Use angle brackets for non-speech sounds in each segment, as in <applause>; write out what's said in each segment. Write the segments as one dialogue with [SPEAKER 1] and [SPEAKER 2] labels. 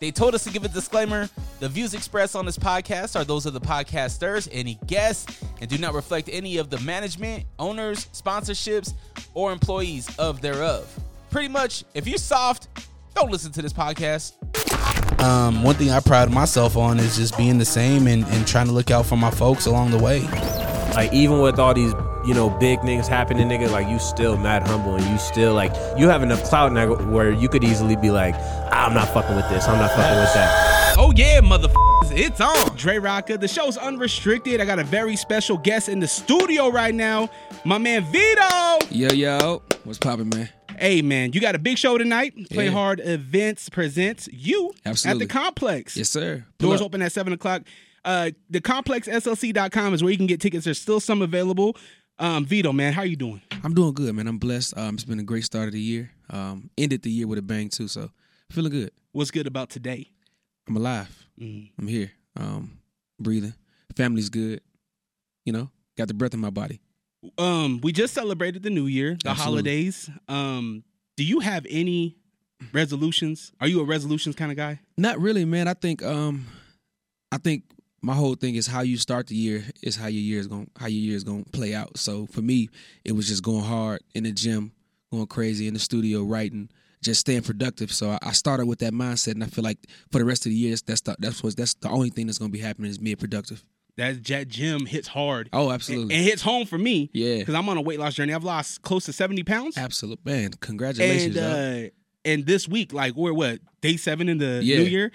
[SPEAKER 1] They told us to give a disclaimer. The views expressed on this podcast are those of the podcasters, any guests, and do not reflect any of the management, owners, sponsorships, or employees of thereof. Pretty much, if you're soft, don't listen to this podcast. Um, one thing I pride myself on is just being the same and, and trying to look out for my folks along the way.
[SPEAKER 2] Like even with all these, you know, big things happening, nigga, like you still mad humble and you still like you have enough clout now where you could easily be like, I'm not fucking with this, I'm not fucking with that.
[SPEAKER 1] Oh yeah, motherfuckers, it's on. Dre Rocka, the show's unrestricted. I got a very special guest in the studio right now, my man Vito.
[SPEAKER 3] Yo, yo, what's poppin', man?
[SPEAKER 1] Hey man, you got a big show tonight. Play
[SPEAKER 3] Yeah.
[SPEAKER 1] Hard Events presents you
[SPEAKER 3] Absolutely.
[SPEAKER 1] at the complex.
[SPEAKER 3] Yes, sir. Pull
[SPEAKER 1] Doors
[SPEAKER 3] up.
[SPEAKER 1] open at 7 o'clock. Uh, the complexslc.com is where you can get tickets. There's still some available. Um, Vito, man, how you doing?
[SPEAKER 3] I'm doing good, man. I'm blessed. Um, it's been a great start of the year. Um, ended the year with a bang too, so feeling good.
[SPEAKER 1] What's good about today?
[SPEAKER 3] I'm alive.
[SPEAKER 1] Mm.
[SPEAKER 3] I'm here. Um, breathing. Family's good. You know, got the breath in my body.
[SPEAKER 1] Um, we just celebrated the new year, the
[SPEAKER 3] Absolutely.
[SPEAKER 1] holidays. Um, do you have any resolutions? Are you a resolutions kind of guy?
[SPEAKER 3] Not really, man. I think um, I think my whole thing is how you start the year is how your year is going how your year is going to play out. So for me, it was just going hard in the gym, going crazy in the studio, writing, just staying productive. So I, I started with that mindset, and I feel like for the rest of the years, that's the, that's what that's the only thing that's going to be happening is being productive.
[SPEAKER 1] That Jet Jim hits hard.
[SPEAKER 3] Oh,
[SPEAKER 1] and
[SPEAKER 3] absolutely,
[SPEAKER 1] hits home for me
[SPEAKER 3] yeah,
[SPEAKER 1] because I'm on a weight loss journey. I've lost close to 70 pounds.
[SPEAKER 3] absolutely, man.
[SPEAKER 1] And
[SPEAKER 3] Congratulations, dog.
[SPEAKER 1] uh, and this week, like we're what day seven in the
[SPEAKER 3] Yeah.
[SPEAKER 1] new year,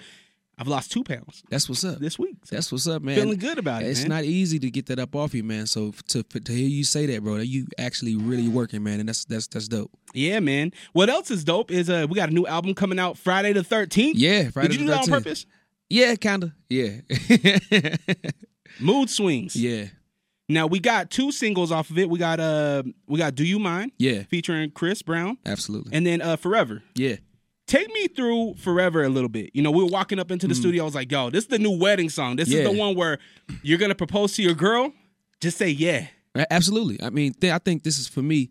[SPEAKER 1] I've lost two pounds
[SPEAKER 3] that's what's up.
[SPEAKER 1] this week. So
[SPEAKER 3] That's what's up, man.
[SPEAKER 1] feeling good about it.
[SPEAKER 3] It's
[SPEAKER 1] man.
[SPEAKER 3] not easy to get that up off you, man. So f- to to hear you say that, bro, that you actually really working, man, and that's that's that's dope.
[SPEAKER 1] Yeah, man. What else is dope is uh we got a new album coming out Friday the 13th.
[SPEAKER 3] Yeah, Friday
[SPEAKER 1] Did you do
[SPEAKER 3] the
[SPEAKER 1] that on
[SPEAKER 3] 13th.
[SPEAKER 1] purpose?
[SPEAKER 3] Yeah, kinda. Yeah,
[SPEAKER 1] <laughs> Mood swings.
[SPEAKER 3] yeah,
[SPEAKER 1] Now we got two singles off of it. We got uh we got Do You Mind
[SPEAKER 3] yeah.
[SPEAKER 1] featuring Chris Brown
[SPEAKER 3] Absolutely.
[SPEAKER 1] and then uh Forever.
[SPEAKER 3] Yeah,
[SPEAKER 1] Take me through Forever a little bit. You know, we were walking up into the studio. I was like, yo, this is the new wedding song. This is
[SPEAKER 3] Mm. Yeah.
[SPEAKER 1] the one where you're gonna propose to your girl. Just say yeah.
[SPEAKER 3] a- absolutely. I mean, th- I think this is for me.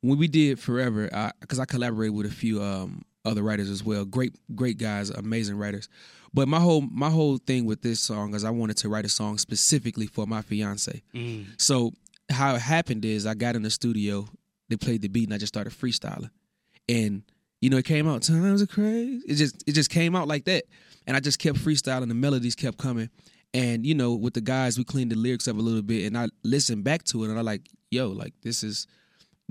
[SPEAKER 3] When we did forever, because I, collaborated with a few um, other writers as well. Great, great guys, amazing writers. But my whole my whole thing with this song is I wanted to write a song specifically for my fiance. So how it happened is I got in the studio, they played the beat, and I just started freestyling. And you know, it came out times are crazy. It just it just came out like that, and I just kept freestyling. The melodies kept coming, and you know, with the guys, we cleaned the lyrics up a little bit, and I listened back to it, and I like, yo, like this is.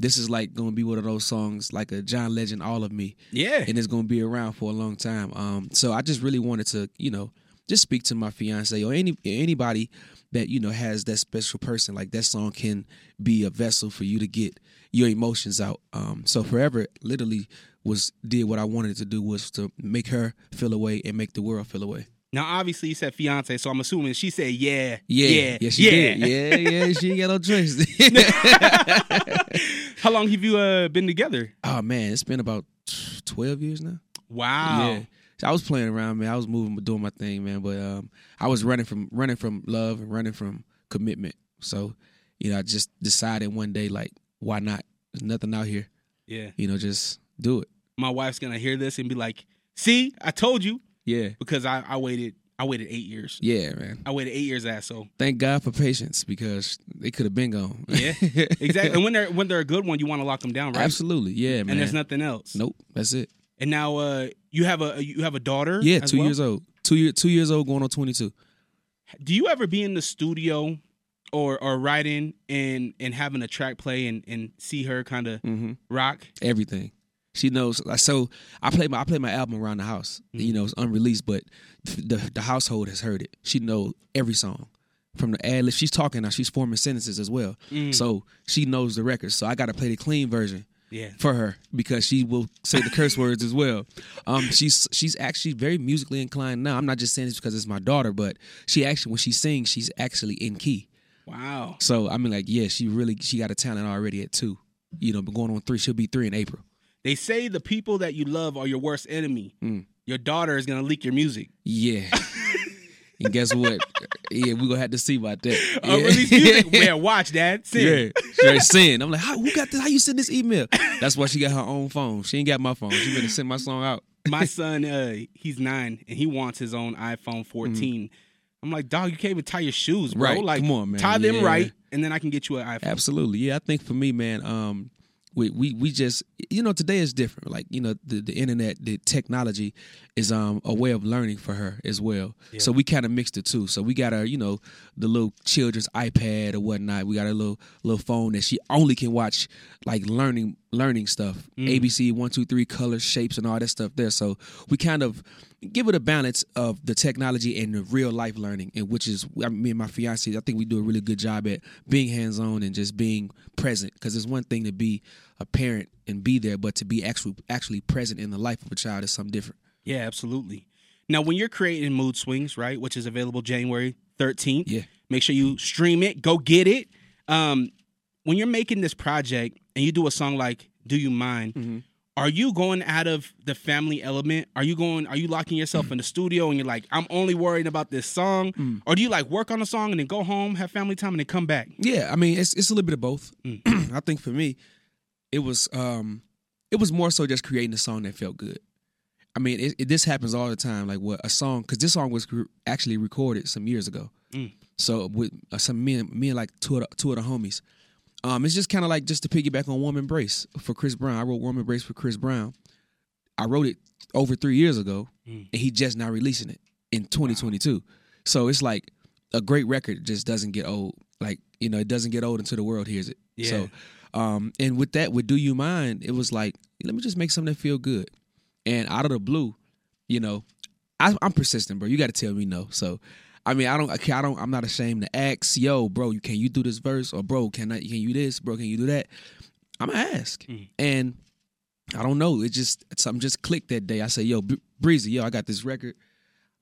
[SPEAKER 3] This is like gonna be one of those songs, like a John Legend, "All of Me,"
[SPEAKER 1] Yeah.
[SPEAKER 3] and it's gonna be around for a long time. Um, so I just really wanted to, you know, just speak to my fiance or any anybody that you know has that special person. Like that song can be a vessel for you to get your emotions out. Um, so forever, literally, was did what I wanted to do was to make her feel away and make the world feel away.
[SPEAKER 1] Now obviously you said fiance, so I'm assuming she said yeah.
[SPEAKER 3] Yeah,
[SPEAKER 1] Yeah.
[SPEAKER 3] yeah, she did. Yeah, yeah, she ain't got no choice. <laughs>
[SPEAKER 1] <laughs> How long have you uh, been together?
[SPEAKER 3] oh man, it's been about twelve years now.
[SPEAKER 1] Wow.
[SPEAKER 3] Yeah. So I was playing around, man. I was moving, doing my thing, man. But um, I was running from running from love and running from commitment. So, you know, I just decided one day, like, why not? There's nothing out here.
[SPEAKER 1] Yeah.
[SPEAKER 3] You know, just do it.
[SPEAKER 1] My wife's gonna hear this and be like, "See, I told you,"
[SPEAKER 3] Yeah,
[SPEAKER 1] because I, I waited. I waited eight years.
[SPEAKER 3] yeah, man.
[SPEAKER 1] I waited eight years ass. So
[SPEAKER 3] Thank God for patience because they could have been gone. <laughs>
[SPEAKER 1] Yeah, exactly. and when they're when they're a good one, you want to lock them down, right?
[SPEAKER 3] Absolutely, yeah, man.
[SPEAKER 1] And there's nothing else.
[SPEAKER 3] nope, that's it.
[SPEAKER 1] And now uh, you have a you have a daughter.
[SPEAKER 3] Yeah,
[SPEAKER 1] as
[SPEAKER 3] two
[SPEAKER 1] well?
[SPEAKER 3] years old, two year, two years old, going on twenty two.
[SPEAKER 1] Do you ever be in the studio or or writing and and having a track play and and see her kind of
[SPEAKER 3] Mm-hmm.
[SPEAKER 1] rock?
[SPEAKER 3] everything. She knows. Like, so I play my I play my album around the house. You know, it's unreleased, but the the household has heard it. She knows every song from the ad lib. She's talking now. She's forming sentences as well. So she knows the record. So I got to play the clean version
[SPEAKER 1] Yeah.
[SPEAKER 3] for her because she will say the curse words as well. Um, she's she's actually very musically inclined now. I'm not just saying this because it's my daughter, but she actually when she sings, she's actually in key.
[SPEAKER 1] Wow.
[SPEAKER 3] So I mean, like, yeah, she really she got a talent already at two. You know, but going on three, she'll be three in April.
[SPEAKER 1] They say the people that you love are your worst enemy.
[SPEAKER 3] Mm.
[SPEAKER 1] Your daughter is gonna leak your music.
[SPEAKER 3] Yeah. and guess what? Yeah, we're gonna have to see about that.
[SPEAKER 1] Uh,
[SPEAKER 3] yeah.
[SPEAKER 1] release
[SPEAKER 3] <laughs>
[SPEAKER 1] music. Man, watch that.
[SPEAKER 3] Yeah,
[SPEAKER 1] Sin.
[SPEAKER 3] straight sin. I'm like, how, who got this? How you send this email? That's why she got her own phone. She ain't got my phone. She better send my song out.
[SPEAKER 1] my son, uh, he's nine and he wants his own iPhone 14. I'm like, dog, you can't even tie your shoes, bro.
[SPEAKER 3] Mm-hmm. Right,
[SPEAKER 1] Like,
[SPEAKER 3] come on, man.
[SPEAKER 1] tie them
[SPEAKER 3] Yeah.
[SPEAKER 1] right, and then I can get you an iPhone.
[SPEAKER 3] Absolutely. Yeah, I think for me, man, um, we, we we just you know today is different. Like you know the, the internet, the technology is um a way of learning for her as well. So we kind of mixed the two. So we got her, you know, the little children's iPad or whatnot. We got her little little phone that she only can watch like learning learning stuff, ABC one two three colors, shapes, and all that stuff there. So we kind of give it a balance of the technology and the real life learning, and which is I mean, me and my fiance. I think we do a really good job at being hands on and just being present. Because it's one thing to be a parent and be there, but to be actually actually present in the life of a child is something different.
[SPEAKER 1] Yeah, absolutely. Now, when you're creating Mood Swings, right, which is available January 13th,
[SPEAKER 3] Yeah.
[SPEAKER 1] make sure you stream it, go get it. Um, when you're making this project and you do a song like Do You Mind,
[SPEAKER 3] Mm-hmm.
[SPEAKER 1] are you going out of the family element? Are you going, are you locking yourself in the studio and you're like, I'm only worried about this song?
[SPEAKER 3] Mm.
[SPEAKER 1] Or do you like work on a song and then go home, have family time, and then come back?
[SPEAKER 3] Yeah, I mean, it's it's a little bit of both. <clears throat> I think for me, it was um, it was more so just creating a song that felt good. I mean, it, it, this happens all the time. Like what a song, because this song was cr- actually recorded some years ago. So with uh, some me and me and like two of the, two of the homies, um, it's just kind of like just to piggyback on "Warm Embrace" for Chris Brown. I wrote "Warm Embrace" for Chris Brown. I wrote it over three years ago, and he just now releasing it in 2022. So it's like a great record just doesn't get old. Like you know, it doesn't get old until the world hears it. So, um, and with that, with "Do You Mind," it was like let me just make something that feel good. And out of the blue, you know, I, I'm persistent, bro. You got to tell me no. So, I mean, I don't, I don't, I'm not ashamed to ask, yo, bro, you can you do this verse or bro, can I, can you this, bro, can you do that? I'm gonna ask, and I don't know. It just something just clicked that day. I said, yo, B- Breezy, yo, I got this record.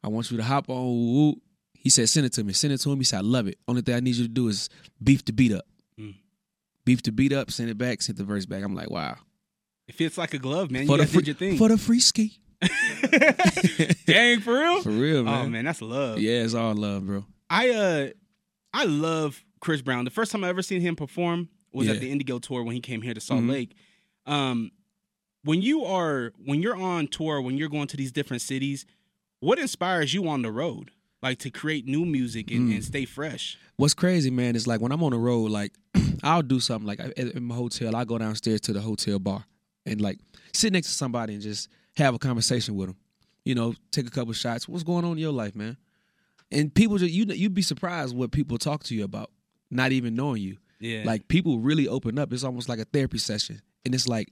[SPEAKER 3] I want you to hop on. Woo. He said, send it to me. Send it to him. He said, I love it. Only thing I need you to do is beef the beat up. Beef the beat up, send it back, send the verse back. I'm like, wow.
[SPEAKER 1] It fits like a glove, man.
[SPEAKER 3] for
[SPEAKER 1] you
[SPEAKER 3] the
[SPEAKER 1] guys
[SPEAKER 3] free,
[SPEAKER 1] did your thing.
[SPEAKER 3] for the free ski.
[SPEAKER 1] <laughs> Dang, for real?
[SPEAKER 3] <laughs> For real,
[SPEAKER 1] Oh,
[SPEAKER 3] man.
[SPEAKER 1] man, that's love.
[SPEAKER 3] Yeah, it's all love, bro.
[SPEAKER 1] I uh I love Chris Brown. The first time I ever seen him perform was
[SPEAKER 3] Yeah.
[SPEAKER 1] at the Indigo tour when he came here to Salt
[SPEAKER 3] Mhm.
[SPEAKER 1] Lake. Um when you are when you're on tour, when you're going to these different cities, what inspires you on the road? Like to create new music and,
[SPEAKER 3] Mm.
[SPEAKER 1] and stay fresh.
[SPEAKER 3] What's crazy, man, is like when I'm on the road, like <clears throat> I'll do something like I- in my hotel, I'll go downstairs to the hotel bar and like sit next to somebody and just have a conversation with them. You know, take a couple shots. What's going on in your life, man? And people just you you'd be surprised what people talk to you about, not even knowing you.
[SPEAKER 1] Yeah.
[SPEAKER 3] Like people really open up. It's almost like a therapy session, and it's like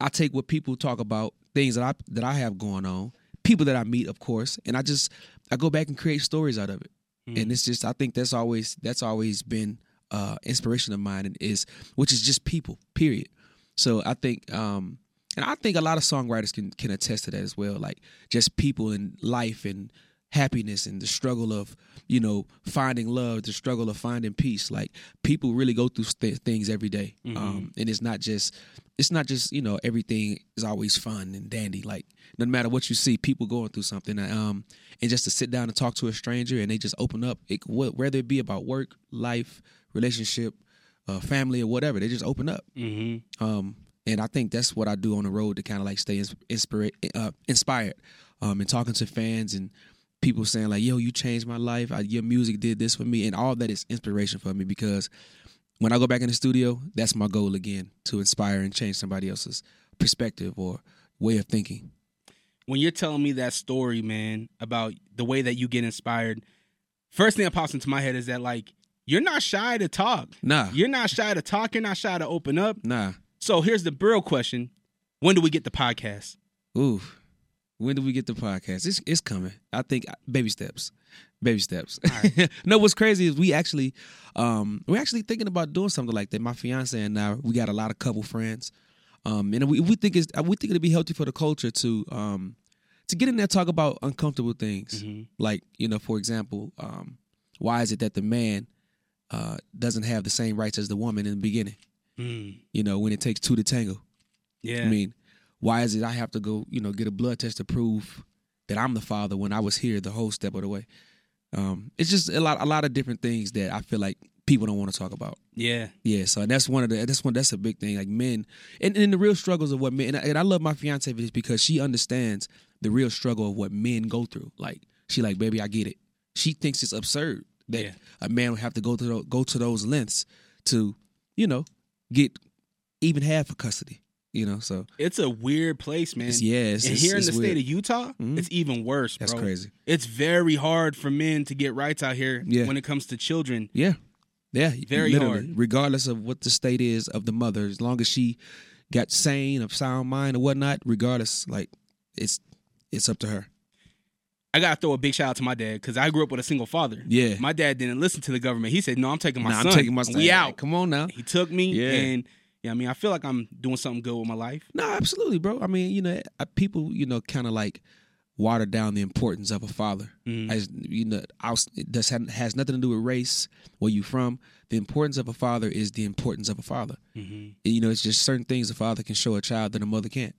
[SPEAKER 3] I take what people talk about, things that I that I have going on, people that I meet, of course, and I just I go back and create stories out of it. And it's just I think that's always that's always been uh inspiration of mine and is which is just people, period. So I think um and I think a lot of songwriters can can attest to that as well. Like just people and life and happiness and the struggle of you know finding love, the struggle of finding peace. Like people really go through st- things every day. um, and it's not just it's not just you know everything is always fun and dandy. Like no matter what you see, people going through something. Um, and just to sit down and talk to a stranger and they just open up, it, wh- whether it be about work, life, relationship, uh, family, or whatever, they just open up.
[SPEAKER 1] mm-hmm.
[SPEAKER 3] Um, and I think that's what I do on the road to kind of like stay ins- inspira- uh, inspired. Um, and talking to fans and people saying like, "Yo, you changed my life. I, your music did this for me," and all that is inspiration for me because when I go back in the studio, that's my goal again to inspire and change somebody else's perspective or way of thinking.
[SPEAKER 1] when you're telling me that story, man, about the way that you get inspired, first thing that pops into my head is that like you're not shy to talk.
[SPEAKER 3] Nah,
[SPEAKER 1] You're not shy to talk, you're not shy to open up.
[SPEAKER 3] nah.
[SPEAKER 1] So here's the real question: When do we get the podcast?
[SPEAKER 3] Ooh, when do we get the podcast? It's it's coming. I think uh, baby steps, baby steps. <laughs> no, what's crazy is we actually, um, we're actually thinking about doing something like that. My fiance and I, we got a lot of couple friends, um, and we we think it's we think it'd be healthy for the culture to um to get in there and talk about uncomfortable things, like you know, for example, um, why is it that the man uh doesn't have the same rights as the woman in the beginning? You know, when it takes two to tango.
[SPEAKER 1] Yeah,
[SPEAKER 3] I mean, why is it I have to go, you know, get a blood test to prove that I'm the father when I was here the whole step of the way? Um, it's just a lot, a lot of different things that I feel like people don't want to talk about.
[SPEAKER 1] Yeah.
[SPEAKER 3] Yeah, so that's one of the that's one that's a big thing. Like men, and, and the real struggles of what men. And I, and I love my fiance for this because she understands the real struggle of what men go through. Like she like, baby, I get it. She thinks it's absurd that
[SPEAKER 1] Yeah.
[SPEAKER 3] a man would have to go to tho- go to those lengths to, you know, get even half of custody. You know, so
[SPEAKER 1] It's a weird place, man.
[SPEAKER 3] it's, yeah, it's,
[SPEAKER 1] and
[SPEAKER 3] it's-
[SPEAKER 1] here in
[SPEAKER 3] it's
[SPEAKER 1] the
[SPEAKER 3] weird.
[SPEAKER 1] state of Utah,
[SPEAKER 3] Mhm.
[SPEAKER 1] it's even worse,
[SPEAKER 3] that's
[SPEAKER 1] bro.
[SPEAKER 3] crazy.
[SPEAKER 1] It's very hard for men to get rights out here
[SPEAKER 3] Yeah.
[SPEAKER 1] when it comes to children.
[SPEAKER 3] Yeah, yeah,
[SPEAKER 1] Very
[SPEAKER 3] literally.
[SPEAKER 1] hard.
[SPEAKER 3] Regardless of what the state is of the mother, as long as she got sane of sound mind or whatnot, regardless, like it's it's up to her.
[SPEAKER 1] I gotta throw a big shout out to my dad because I grew up with a single father.
[SPEAKER 3] Yeah,
[SPEAKER 1] My dad didn't listen to the government. He said, "No, I'm taking my
[SPEAKER 3] nah,
[SPEAKER 1] son.
[SPEAKER 3] I'm taking my stand.
[SPEAKER 1] We out."
[SPEAKER 3] Come on now.
[SPEAKER 1] He took me,
[SPEAKER 3] Yeah.
[SPEAKER 1] and yeah, I mean, I feel like I'm doing something good with my life.
[SPEAKER 3] No, absolutely, bro. I mean, you know, I, people, you know, kind of like water down the importance of a father.
[SPEAKER 1] Mhm.
[SPEAKER 3] I just- you know, I was, it does had- has nothing to do with race, where you from. The importance of a father is the importance of a father. You know, it's just certain things a father can show a child that a mother can't.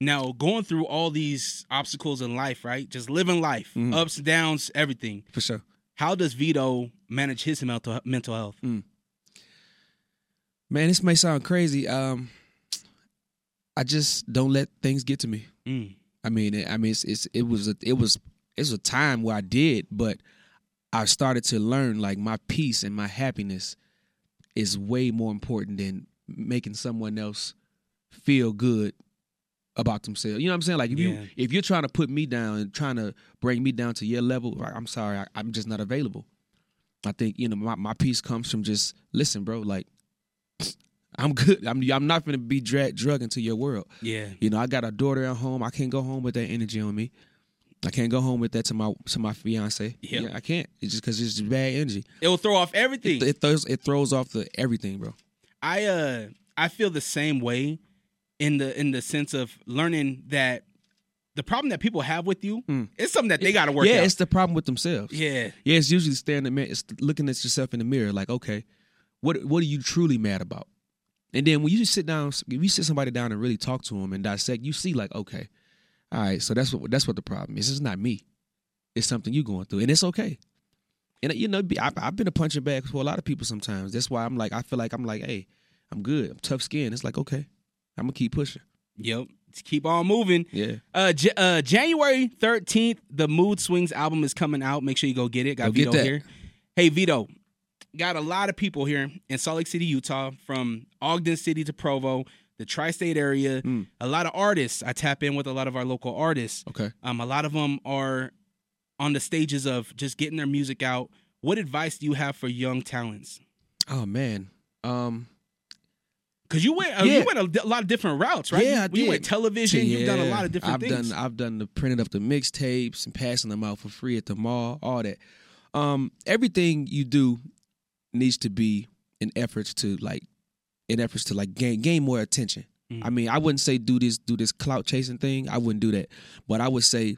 [SPEAKER 1] Now, going through all these obstacles in life, right? Just living life,
[SPEAKER 3] Mhm.
[SPEAKER 1] ups and downs, everything.
[SPEAKER 3] For sure.
[SPEAKER 1] How does Vito manage his mental mental health?
[SPEAKER 3] Man, this may sound crazy. Um, I just don't let things get to me.
[SPEAKER 1] Mm.
[SPEAKER 3] I mean, it- I mean, it's, it's it was a, it was it was a time where I did, but I started to learn like my peace and my happiness is way more important than making someone else feel good about themselves. You know what I'm saying? Like if
[SPEAKER 1] Yeah.
[SPEAKER 3] you if you're trying to put me down and trying to bring me down to your level, like, I'm sorry, I, I'm just not available. I think you know my, my peace comes from just listen, bro. Like <sniffs> I'm good. I'm I'm not gonna be drag, drug into your world.
[SPEAKER 1] Yeah,
[SPEAKER 3] You know, I got a daughter at home. I can't go home with that energy on me. I can't go home with that to my to my fiance.
[SPEAKER 1] Yeah.
[SPEAKER 3] I can't. It's just because it's just bad energy.
[SPEAKER 1] it will throw off everything.
[SPEAKER 3] It, it throws it throws off the everything, bro.
[SPEAKER 1] I uh I feel the same way in the in the sense of learning that the problem that people have with you
[SPEAKER 3] Mm.
[SPEAKER 1] it's something that they got to work
[SPEAKER 3] yeah,
[SPEAKER 1] out.
[SPEAKER 3] it's the problem with themselves.
[SPEAKER 1] yeah,
[SPEAKER 3] Yeah, it's usually staring at man. It's looking at yourself in the mirror, like, okay, what what are you truly mad about? And then when you sit down, if you sit somebody down and really talk to them and dissect, you see, like, okay, all right, so that's what that's what the problem is. It's not me. It's something you're going through, and it's okay. And you know, be- I've, I've been a punching bag for a lot of people sometimes. That's why I'm like, I feel like I'm like, hey, I'm good. I'm tough skinned. It's like, okay, I'm gonna keep pushing.
[SPEAKER 1] yep. Just keep on moving.
[SPEAKER 3] Yeah,
[SPEAKER 1] Uh, J- uh, January thirteenth, the Mood Swings album is coming out. Make sure you go get it. Got
[SPEAKER 3] Go get
[SPEAKER 1] Vito
[SPEAKER 3] that.
[SPEAKER 1] here. Hey Vito, got a lot of people here in Salt Lake City, Utah, from Ogden City to Provo, the tri-state area.
[SPEAKER 3] Mm.
[SPEAKER 1] A lot of artists. I tap in with a lot of our local artists.
[SPEAKER 3] okay.
[SPEAKER 1] Um, a lot of them are on the stages of just getting their music out. What advice do you have for young talents?
[SPEAKER 3] Oh man, um,
[SPEAKER 1] Because you went, uh,
[SPEAKER 3] Yeah.
[SPEAKER 1] you went a, di- lot of different routes, right?
[SPEAKER 3] Yeah,
[SPEAKER 1] you,
[SPEAKER 3] I
[SPEAKER 1] you went
[SPEAKER 3] did.
[SPEAKER 1] television. You've done a
[SPEAKER 3] Yeah.
[SPEAKER 1] lot of different
[SPEAKER 3] I've
[SPEAKER 1] things.
[SPEAKER 3] Done, I've done the printed up the mixtapes and passing them out for free at the mall, all that. Um, everything you do needs to be in efforts to like in efforts to like gain gain more attention.
[SPEAKER 1] Mm.
[SPEAKER 3] I mean, I wouldn't say do this do this clout chasing thing. I wouldn't do that. But I would say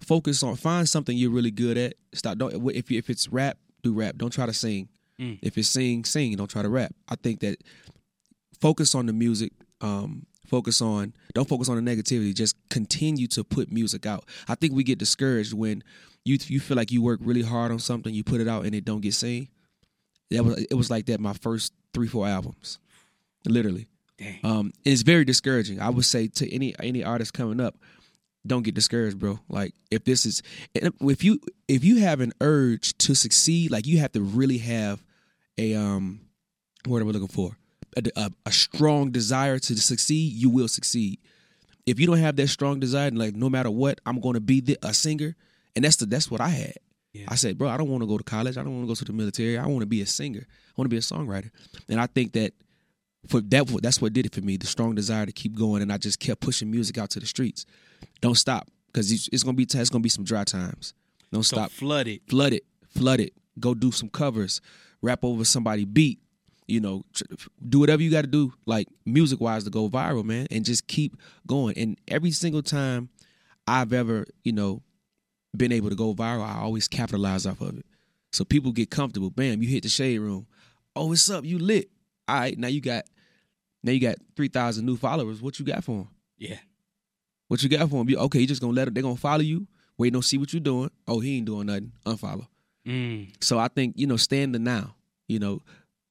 [SPEAKER 3] focus on find something you're really good at. Stop don't if you, if it's rap, do rap. Don't try to sing.
[SPEAKER 1] Mm.
[SPEAKER 3] If it's sing, sing. Don't try to rap. I think that focus on the music. Um, focus on don't focus on the negativity. Just continue to put music out. I think we get discouraged when you you feel like you work really hard on something, you put it out and it don't get seen. That was it was like that my first three four albums, literally.
[SPEAKER 1] Dang.
[SPEAKER 3] Um, and it's very discouraging. I would say to any any artist coming up, don't get discouraged, bro. Like if this is and if you if you have an urge to succeed, like you have to really have a um what am I looking for? A, a, a strong desire to succeed, you will succeed. If you don't have that strong desire, and like no matter what, I'm going to be the, a singer, and that's the that's what I had.
[SPEAKER 1] Yeah.
[SPEAKER 3] I said, bro, I don't want to go to college. I don't want to go to the military. I want to be a singer. I want to be a songwriter. And I think that for that that's what did it for me the strong desire to keep going and i just kept pushing music out to the streets don't stop because it's, it's gonna be it's gonna be some dry times don't
[SPEAKER 1] so
[SPEAKER 3] stop
[SPEAKER 1] flooded.
[SPEAKER 3] flood it flood it go do some covers rap over somebody beat you know tr- do whatever you gotta do like music wise to go viral man and just keep going and every single time i've ever you know been able to go viral i always capitalize off of it so people get comfortable bam you hit the shade room oh what's up you lit all right now you got now you got 3000 new followers what you got for them
[SPEAKER 1] Yeah.
[SPEAKER 3] what you got for them okay you just gonna let them they gonna follow you wait don't see what you doing oh he ain't doing nothing unfollow
[SPEAKER 1] Mm.
[SPEAKER 3] so I think you know, stay in the now. You know,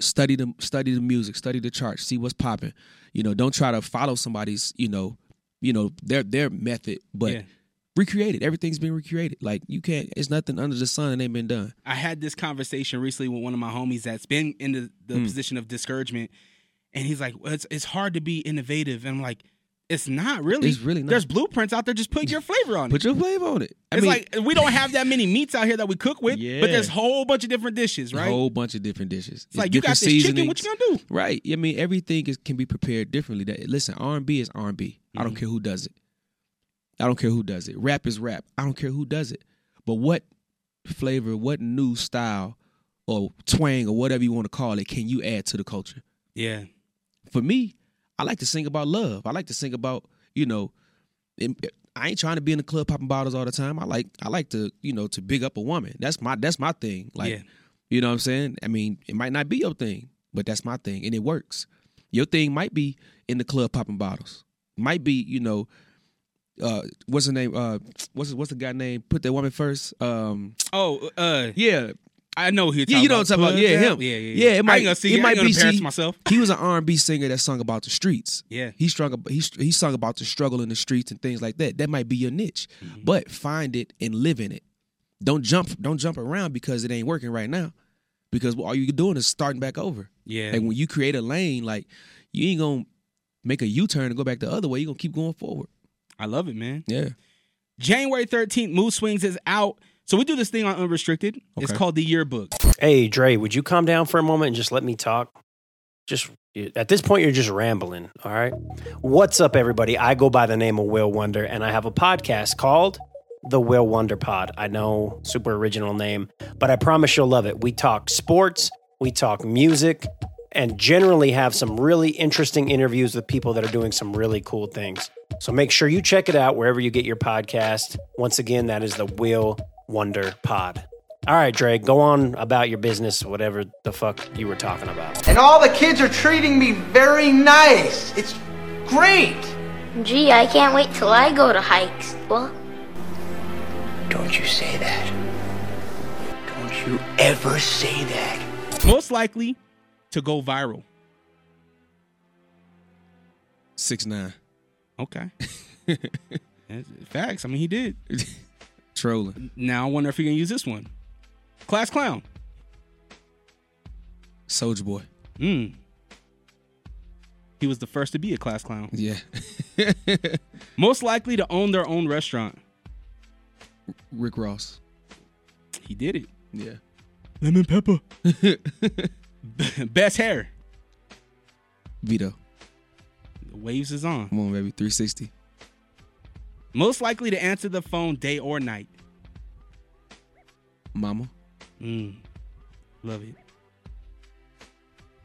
[SPEAKER 3] study the study the music, study the charts, see what's popping. You know, don't try to follow somebody's, you know, you know, their their method, but
[SPEAKER 1] Yeah.
[SPEAKER 3] recreate it. Everything's been recreated. Like you can't it's nothing under the sun that ain't been done.
[SPEAKER 1] I had this conversation recently with one of my homies that's been in the,
[SPEAKER 3] Hmm.
[SPEAKER 1] the position of discouragement, and he's like, well, "It's it's hard to be innovative," and I'm like, "It's not really.
[SPEAKER 3] It's really not.
[SPEAKER 1] There's blueprints out there. Just put
[SPEAKER 3] <laughs>
[SPEAKER 1] your flavor on it.
[SPEAKER 3] Put your flavor on it. I
[SPEAKER 1] it's
[SPEAKER 3] mean
[SPEAKER 1] like we don't have that many meats out here that we cook with,
[SPEAKER 3] Yeah.
[SPEAKER 1] but there's a whole bunch of different dishes,
[SPEAKER 3] a
[SPEAKER 1] right?
[SPEAKER 3] whole bunch of different dishes.
[SPEAKER 1] it's like you got this
[SPEAKER 3] different
[SPEAKER 1] chicken. What
[SPEAKER 3] seasonings.
[SPEAKER 1] you gonna do?
[SPEAKER 3] Right. I mean, everything is can be prepared differently. That listen, R and B is R and B. I don't care who does it. I don't care who does it. Rap is rap. I don't care who does it. But what flavor, what new style, or twang, or whatever you want to call it, can you add to the culture?
[SPEAKER 1] Yeah,
[SPEAKER 3] For me, I like to sing about love. I like to sing about you know. em- I ain't trying to be in the club popping bottles all the time. I like I like to you know to big up a woman. That's my that's my thing. Like
[SPEAKER 1] yeah,
[SPEAKER 3] you know what I'm saying? I mean, it might not be your thing, but that's my thing, and it works. Your thing might be in the club popping bottles. Might be, you know, uh, what's the name? Uh, what's what's the guy name? Put that woman first. Um,
[SPEAKER 1] Oh, uh,
[SPEAKER 3] yeah,
[SPEAKER 1] I know who you're
[SPEAKER 3] Yeah,
[SPEAKER 1] talking
[SPEAKER 3] you know
[SPEAKER 1] about.
[SPEAKER 3] what I'm talking about. Yeah,
[SPEAKER 1] Punch
[SPEAKER 3] him.
[SPEAKER 1] Out? Yeah,
[SPEAKER 3] Yeah,
[SPEAKER 1] yeah,
[SPEAKER 3] it
[SPEAKER 1] I ain't
[SPEAKER 3] might-
[SPEAKER 1] gonna see.
[SPEAKER 3] it
[SPEAKER 1] I ain't
[SPEAKER 3] might
[SPEAKER 1] gonna
[SPEAKER 3] be
[SPEAKER 1] embarrass
[SPEAKER 3] see-
[SPEAKER 1] myself.
[SPEAKER 3] he was an R&B singer that sung about the streets.
[SPEAKER 1] Yeah,
[SPEAKER 3] He strung ab- he he sung about the struggle in the streets and things like that. That might be your niche, but find it and live in it. Don't jump don't jump around because it ain't working right now, because all you're doing is starting back over.
[SPEAKER 1] yeah,
[SPEAKER 3] Like when you create a lane, like you ain't gonna make a U turn and go back the other way. You gonna keep going forward.
[SPEAKER 1] I love it, man.
[SPEAKER 3] Yeah.
[SPEAKER 1] January 13th, Mood Swings is out. So we do this thing on Unrestricted. It's
[SPEAKER 3] Okay.
[SPEAKER 1] called the yearbook.
[SPEAKER 4] Hey, Dre, would you calm down for a moment and just let me talk? Just at this point, you're just rambling. All right. What's up, everybody? I go by the name of Will Wonder, and I have a podcast called The Will Wonder Pod. I know, super original name, but I promise you'll love it. We talk sports, we talk music, and generally have some really interesting interviews with people that are doing some really cool things. So make sure you check it out wherever you get your podcast. Once again, that is The Will Wonder Pod. All right, Dre, go on about your business, whatever the fuck you were talking about.
[SPEAKER 5] And all the kids are treating me very nice. It's great.
[SPEAKER 6] Gee, I can't wait till I go to hike school.
[SPEAKER 5] Don't you say that. Don't you ever say that.
[SPEAKER 1] Most likely to go viral.
[SPEAKER 3] Six nine.
[SPEAKER 1] Okay. That's- Facts. I mean, he did.
[SPEAKER 3] Trolling.
[SPEAKER 1] Now I wonder if he can use this one. Class clown.
[SPEAKER 3] Soldier boy.
[SPEAKER 1] Mm. He was the first to be a class clown.
[SPEAKER 3] Yeah. <laughs>
[SPEAKER 1] Most likely to own their own restaurant.
[SPEAKER 3] Rick Ross.
[SPEAKER 1] He did it.
[SPEAKER 3] Yeah.
[SPEAKER 1] Lemon pepper. <laughs> Best hair.
[SPEAKER 3] <laughs> Vito.
[SPEAKER 1] The waves is on.
[SPEAKER 3] Come on, baby. 360.
[SPEAKER 1] Most likely to answer the phone day or night.
[SPEAKER 3] Mama.
[SPEAKER 1] Mm. Love it.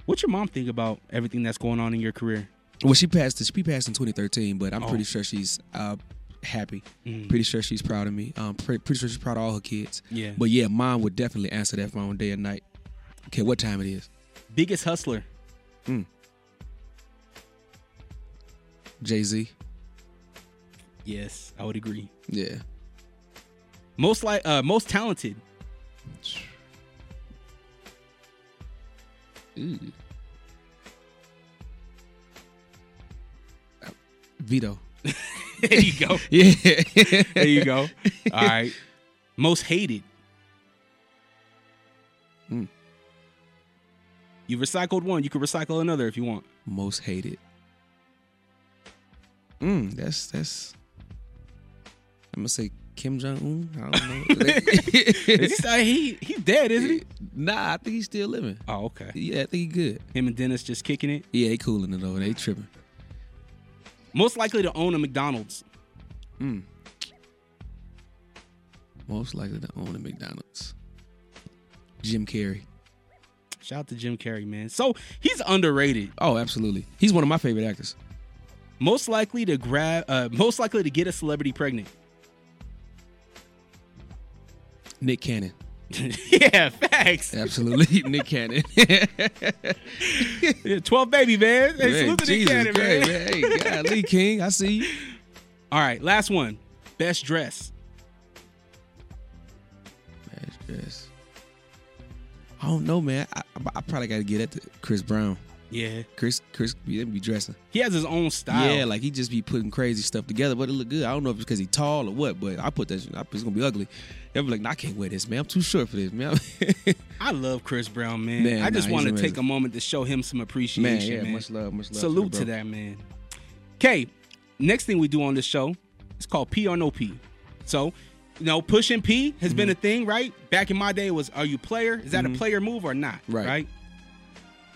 [SPEAKER 1] What's your mom think about everything that's going on in your career?
[SPEAKER 3] Well, she passed. She passed in 2013, but I'm
[SPEAKER 1] Oh.
[SPEAKER 3] pretty sure she's uh, happy.
[SPEAKER 1] Mm.
[SPEAKER 3] Pretty sure she's proud of me. Um, pretty, pretty sure she's proud of all her kids.
[SPEAKER 1] Yeah.
[SPEAKER 3] But yeah, mom would definitely answer that phone day and night. Okay, what time it is?
[SPEAKER 1] Biggest hustler.
[SPEAKER 3] Jay Z.
[SPEAKER 1] Yes, I would agree.
[SPEAKER 3] Yeah.
[SPEAKER 1] Most like uh most talented. <laughs>
[SPEAKER 3] Vito.
[SPEAKER 1] there you go.
[SPEAKER 3] Yeah.
[SPEAKER 1] There you go. All right. Most hated.
[SPEAKER 3] Mm.
[SPEAKER 1] You recycled one. You can recycle another if you want.
[SPEAKER 3] <laughs> most hated. Mm, that's that's. I'm gonna say Kim Jong Un. I don't know.
[SPEAKER 1] Is this- uh, he he's dead, <laughs> isn't he?
[SPEAKER 3] <laughs> nah, I think he's still living.
[SPEAKER 1] Oh, okay.
[SPEAKER 3] Yeah, I think he good.
[SPEAKER 1] Him and Dennis just kicking it.
[SPEAKER 3] Yeah, they cooling it over. They tripping.
[SPEAKER 1] Most likely to own a McDonald's.
[SPEAKER 3] Mm. Most likely to own a McDonald's. Jim Carrey.
[SPEAKER 1] Shout out to Jim Carrey, man. So he's underrated.
[SPEAKER 3] Oh, absolutely. He's one of my favorite actors.
[SPEAKER 1] Most likely to grab. Uh, most likely to get a celebrity pregnant. <laughs>
[SPEAKER 3] Nick Cannon.
[SPEAKER 1] yeah, facts.
[SPEAKER 3] Absolutely. <laughs> Nick
[SPEAKER 1] <laughs>
[SPEAKER 3] Cannon.
[SPEAKER 1] Yeah, Twelve baby man. Hey,
[SPEAKER 3] Man,
[SPEAKER 1] salute to Nick
[SPEAKER 3] Jesus
[SPEAKER 1] Cannon,
[SPEAKER 3] Christ,
[SPEAKER 1] man.
[SPEAKER 3] man. Hey, golly, King, I see you.
[SPEAKER 1] All right, last one. Best dress.
[SPEAKER 3] Best dress. I don't know, man. I, I I, I probably got to get that to Chris Brown.
[SPEAKER 1] Yeah,
[SPEAKER 3] Chris, Chris, yeah, be dressing.
[SPEAKER 1] he has his own style.
[SPEAKER 3] Yeah, like he just be putting crazy stuff together, but it look good. I don't know if it's because he tall or what, but I put that. shit- I- It's gonna be ugly. They'll be like, nah, I can't wear this, man. I'm too short for this, man. <laughs>
[SPEAKER 1] I love Chris Brown, man.
[SPEAKER 3] Man,
[SPEAKER 1] I just
[SPEAKER 3] nah, he's
[SPEAKER 1] want to
[SPEAKER 3] amazing.
[SPEAKER 1] take a moment to show him some
[SPEAKER 3] man,
[SPEAKER 1] appreciation,
[SPEAKER 3] yeah.
[SPEAKER 1] man.
[SPEAKER 3] Much love, much love.
[SPEAKER 1] Salute
[SPEAKER 3] bro.
[SPEAKER 1] to that man. Okay, next thing we do on this show, it's called P or No P. So, you know, pushing P has
[SPEAKER 3] Mm-hmm.
[SPEAKER 1] been a thing, right? Back in my day, it was are you player? Is that a player move or not?
[SPEAKER 3] Right.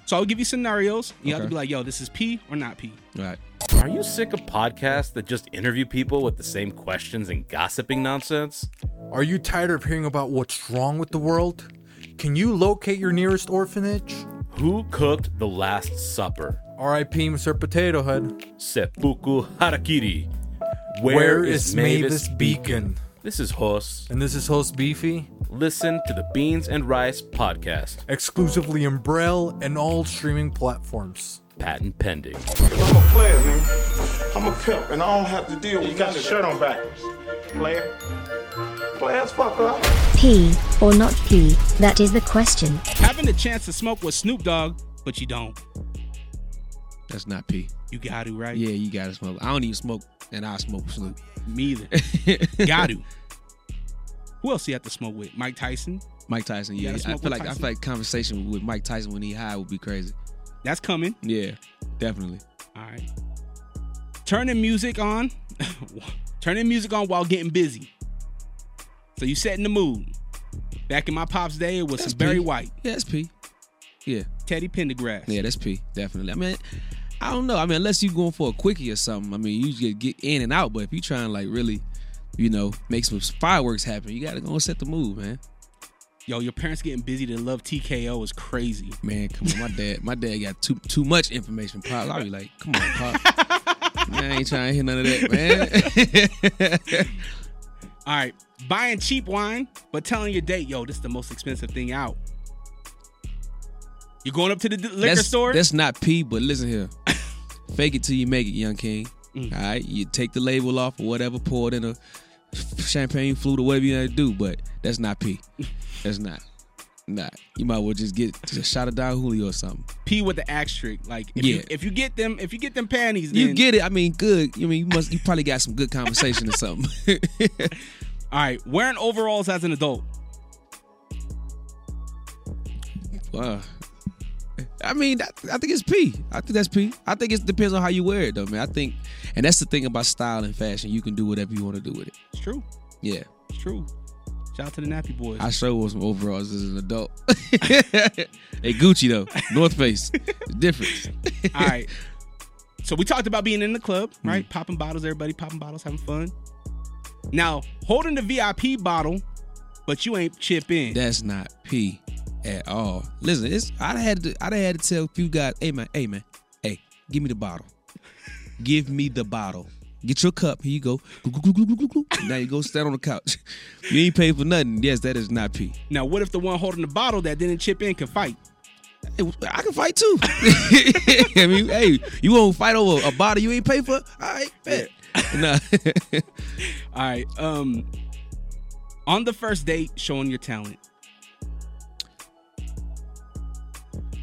[SPEAKER 1] So I'll give you scenarios. You have to
[SPEAKER 3] Okay.
[SPEAKER 1] be like, yo, this is P or not P.
[SPEAKER 3] All right.
[SPEAKER 7] Are you sick of podcasts that just interview people with the same questions and gossiping nonsense?
[SPEAKER 2] Are you tired of hearing about what's wrong with the world? Can you locate your nearest orphanage?
[SPEAKER 7] Who cooked the Last Supper?
[SPEAKER 2] R.I.P. Mr. Potato Head.
[SPEAKER 7] Seppuku Harakiri.
[SPEAKER 2] Where is Mavis Beacon?
[SPEAKER 7] This is Hoss.
[SPEAKER 2] And this is host Beefy,
[SPEAKER 7] Listen to the Beans and Rice podcast,
[SPEAKER 2] exclusively in Braille and all streaming platforms.
[SPEAKER 7] patent pending.
[SPEAKER 8] I'm a player, man. I'm a pimp, and I don't have to deal with You got your shirt on backwards. Player. Players, fuck up.
[SPEAKER 9] P or not P, that is the question.
[SPEAKER 1] Having the chance to smoke with Snoop Dogg, but you don't.
[SPEAKER 3] That's not P.
[SPEAKER 1] You got to, right?
[SPEAKER 3] Yeah, you gotta smoke. I don't even smoke, and I
[SPEAKER 1] <laughs>
[SPEAKER 3] smoke Snoop.
[SPEAKER 1] Me either. got to. <laughs> Who else you have to smoke with? Mike Tyson.
[SPEAKER 3] Mike Tyson.
[SPEAKER 1] gotta
[SPEAKER 3] Yeah, I
[SPEAKER 1] smoke
[SPEAKER 3] feel
[SPEAKER 1] with
[SPEAKER 3] like I
[SPEAKER 1] Tyson?
[SPEAKER 3] feel like conversation with Mike Tyson when he high would be crazy.
[SPEAKER 1] That's coming.
[SPEAKER 3] Yeah, definitely.
[SPEAKER 1] All right. Turning music on. <laughs> Turning music on while getting busy. So you setting the mood. Back in my pop's day, it was some Barry
[SPEAKER 3] P.
[SPEAKER 1] White,
[SPEAKER 3] Yeah, that's P. Yeah,
[SPEAKER 1] Teddy Pendergrass.
[SPEAKER 3] yeah, that's P. Definitely. I mean, I don't know. I mean, unless you going for a quickie or something. I mean, you just get in and out. But if you trying like really, you know, make some fireworks happen, you gotta go and set the mood, man.
[SPEAKER 1] Yo, your parents getting busy to love TKO is crazy.
[SPEAKER 3] Man, come on, my dad, my dad got too too much information. Pop, I be like, come on, pop. Man, I ain't trying to hear none
[SPEAKER 1] <laughs>
[SPEAKER 3] of that, man.
[SPEAKER 1] All right. Buying cheap wine, but telling your date, yo, this is the most expensive thing out. You're going up to the d- liquor
[SPEAKER 3] that's,
[SPEAKER 1] store?
[SPEAKER 3] That's not P, but listen here. Fake it till you make it, young king.
[SPEAKER 1] Mm.
[SPEAKER 3] All right, you take the label off or whatever, pour it in a champagne flute or whatever you gotta do, but that's not P. That's not. Nah, you might as well just get just a shot of Don Julio or something.
[SPEAKER 1] P with the asterisk. Like if,
[SPEAKER 3] Yeah.
[SPEAKER 1] you, if you get them, if you get them panties,
[SPEAKER 3] You
[SPEAKER 1] then-
[SPEAKER 3] get it? I mean, good. You mean you must? You probably got some good conversation or something. <laughs>
[SPEAKER 1] all right, wearing overalls as an adult.
[SPEAKER 3] Wow. I mean, that, I think it's P. I think that's P. I think it depends on how you wear it, though, man. I think, and that's the thing about style and fashion. You can do whatever you want to do with it.
[SPEAKER 1] It's true.
[SPEAKER 3] Yeah,
[SPEAKER 1] It's true. Shout out to the Nappy Boys.
[SPEAKER 3] I sure wore some overalls as an adult. <laughs> hey, Gucci though, North Face, difference.
[SPEAKER 1] <laughs> All
[SPEAKER 3] <laughs>
[SPEAKER 1] right. So we talked about being in the club,
[SPEAKER 3] Mm-hmm.
[SPEAKER 1] right? Popping bottles, everybody popping bottles, having fun. Now, holding the VIP bottle, but you ain't chip in.
[SPEAKER 3] That's not P at all. Listen, it's I had to I had to tell a few guys, hey man, hey man, hey, give me the bottle. give me the bottle. Get your cup. Here you go. Glug, glug, glug, glug, glug, glug. Now you go stand on the couch. you ain't paid for nothing. Yes, that is not P.
[SPEAKER 1] now, what if the one holding the bottle that didn't chip in can fight?
[SPEAKER 3] Hey, I can fight too. <laughs> I mean, hey, you won't fight over a bottle you ain't paid for? All right, bet. Nah. <laughs>
[SPEAKER 1] All right. Um, on the first date, showing your talent.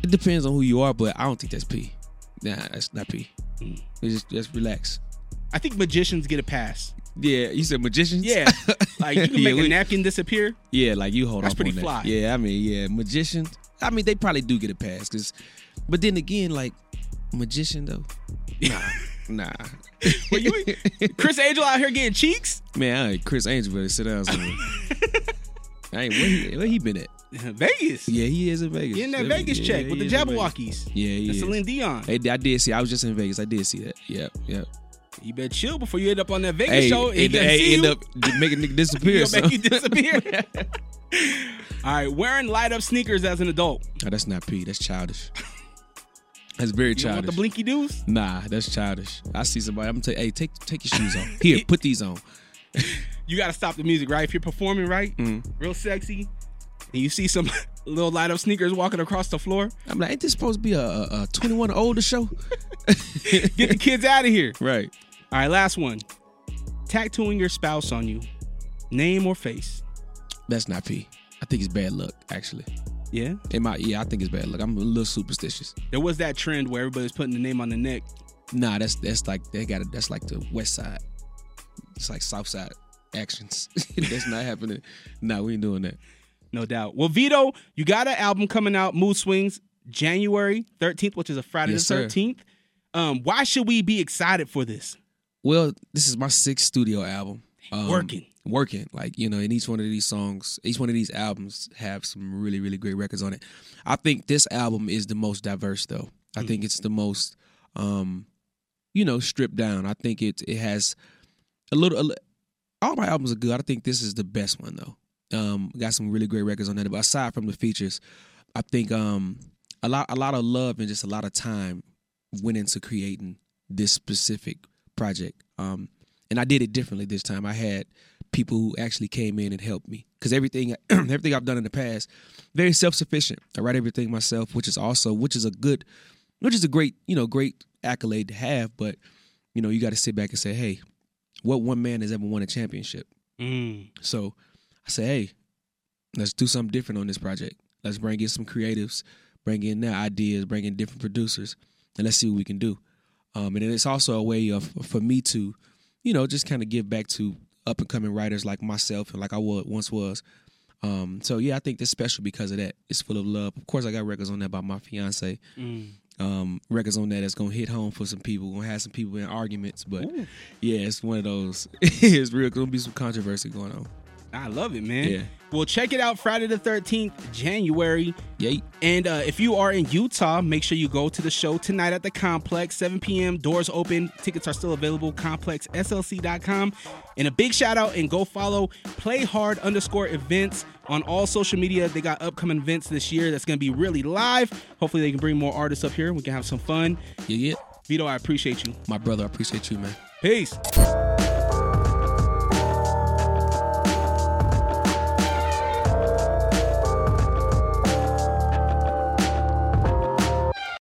[SPEAKER 3] it depends on who you are, but I don't think that's P. Nah, that's not P. It's just, just relax.
[SPEAKER 1] I think magicians get a pass.
[SPEAKER 3] Yeah, you said magicians? <laughs>
[SPEAKER 1] Yeah, like you can
[SPEAKER 3] Yeah,
[SPEAKER 1] make a
[SPEAKER 3] we-
[SPEAKER 1] napkin disappear.
[SPEAKER 3] Yeah, like you hold
[SPEAKER 1] That's
[SPEAKER 3] up
[SPEAKER 1] pretty
[SPEAKER 3] on that.
[SPEAKER 1] fly.
[SPEAKER 3] Yeah, I mean, yeah, magicians. I mean, they probably do get a pass, cause. But then again, like magician though,
[SPEAKER 1] <laughs>
[SPEAKER 3] nah, <laughs> nah.
[SPEAKER 1] But you, ain't- Chris Angel out here getting cheeks.
[SPEAKER 3] Man, I ain't Chris Angel better sit down
[SPEAKER 1] <laughs>
[SPEAKER 3] somewhere. I ain't where he, where he been at?
[SPEAKER 1] Vegas.
[SPEAKER 3] Yeah, he is in Vegas.
[SPEAKER 1] Getting that
[SPEAKER 3] Yeah,
[SPEAKER 1] Vegas
[SPEAKER 3] yeah,
[SPEAKER 1] check
[SPEAKER 3] he
[SPEAKER 1] with the
[SPEAKER 3] is in Vegas.
[SPEAKER 1] Jabberwockies.
[SPEAKER 3] Yeah, he
[SPEAKER 1] The
[SPEAKER 3] is.
[SPEAKER 1] Celine Dion.
[SPEAKER 3] Hey, I did see. I was just in Vegas. I did see that. Yep, yep.
[SPEAKER 1] You better chill before you end up on that Vegas
[SPEAKER 3] Hey,
[SPEAKER 1] show. And he
[SPEAKER 3] end,
[SPEAKER 1] doesn't
[SPEAKER 3] hey,
[SPEAKER 1] see
[SPEAKER 3] end
[SPEAKER 1] you.
[SPEAKER 3] up
[SPEAKER 1] <laughs>
[SPEAKER 3] making nigga
[SPEAKER 1] He'll
[SPEAKER 3] disappear. or
[SPEAKER 1] make you
[SPEAKER 3] something.
[SPEAKER 1] disappear. <laughs> All right, wearing light up sneakers as an adult.
[SPEAKER 3] <laughs> Nah, that's not P. That's childish. That's very
[SPEAKER 1] You don't want
[SPEAKER 3] childish.
[SPEAKER 1] the blinky duos?
[SPEAKER 3] Nah, that's childish. I see somebody. I'm gonna tell hey, take take your shoes off. Here, put these on.
[SPEAKER 1] You got to stop the music, right? If you're performing, right,
[SPEAKER 3] Mm.
[SPEAKER 1] real sexy, and you see some <laughs> little light up sneakers walking across the floor,
[SPEAKER 3] I'm like, ain't this supposed to be a, a, a 21 or older show?
[SPEAKER 1] get the kids out of here.
[SPEAKER 3] Right.
[SPEAKER 1] All right, last one. Tattooing your spouse on you, name or face.
[SPEAKER 3] That's not P. I think it's bad luck, actually.
[SPEAKER 1] Yeah.
[SPEAKER 3] It might. Yeah, I think it's bad luck. I'm a little superstitious.
[SPEAKER 1] There was that trend where everybody was putting the name on the neck.
[SPEAKER 3] Nah, that's that's like they got it. That's like the West Side. It's like South Side actions. <laughs> that's not happening. Nah, we ain't doing that.
[SPEAKER 1] No doubt. Well, Vito, you got an album coming out, Mood Swings, January 13th, which is a Friday
[SPEAKER 3] Yes,
[SPEAKER 1] the
[SPEAKER 3] sir.
[SPEAKER 1] 13th. Um, why should we be excited for this?
[SPEAKER 3] Well, this is my sixth studio album. Um,
[SPEAKER 1] Working.
[SPEAKER 3] working. Like you know, in each one of these songs, each one of these albums have some really, really great records on it. I think this album is the most diverse, though. I think it's the most, um, you know, stripped down. I think it it has a little. A, li- all my albums are good. I think this is the best one though. Um, got some really great records on that. But aside from the features, I think um a lot a lot of love and just a lot of time went into creating this specific project. Um, and I did it differently this time. I had people who actually came in and helped me because everything <clears throat> everything I've done in the past very self sufficient. I write everything myself, which is also which is a good, which is a great you know great accolade to have. But you know you got to sit back and say, hey, what one man has ever won a championship? So I said, hey, let's do something different on this project. Let's bring in some creatives, bring in their ideas, bring in different producers, and let's see what we can do. Um, and then it's also a way of for me to, you know, just kind of give back to up and coming writers like myself and like I was, once was. Um, so yeah, I think this special because of that. It's full of love. Of course, I got records on that by my fiance. Um, records on that that's gonna hit home for some people. Gonna have some people in arguments, but yeah, it's one of those. <laughs> it's real. Gonna be some controversy going on.
[SPEAKER 1] I love it, man.
[SPEAKER 3] Yeah.
[SPEAKER 1] Well, check it out Friday the 13th, January.
[SPEAKER 3] Yay.
[SPEAKER 1] And uh, if you are in Utah, make sure you go to the show tonight at the Complex, 7 p.m. Doors open. Tickets are still available, complexslc.com. And a big shout out and go follow Play Hard underscore events on all social media. They got upcoming events this year that's going to be really live. Hopefully, they can bring more artists up here. We can have some fun.
[SPEAKER 3] Yeah, yeah.
[SPEAKER 1] Vito, I appreciate you.
[SPEAKER 3] My brother, I appreciate you, man.
[SPEAKER 1] Peace.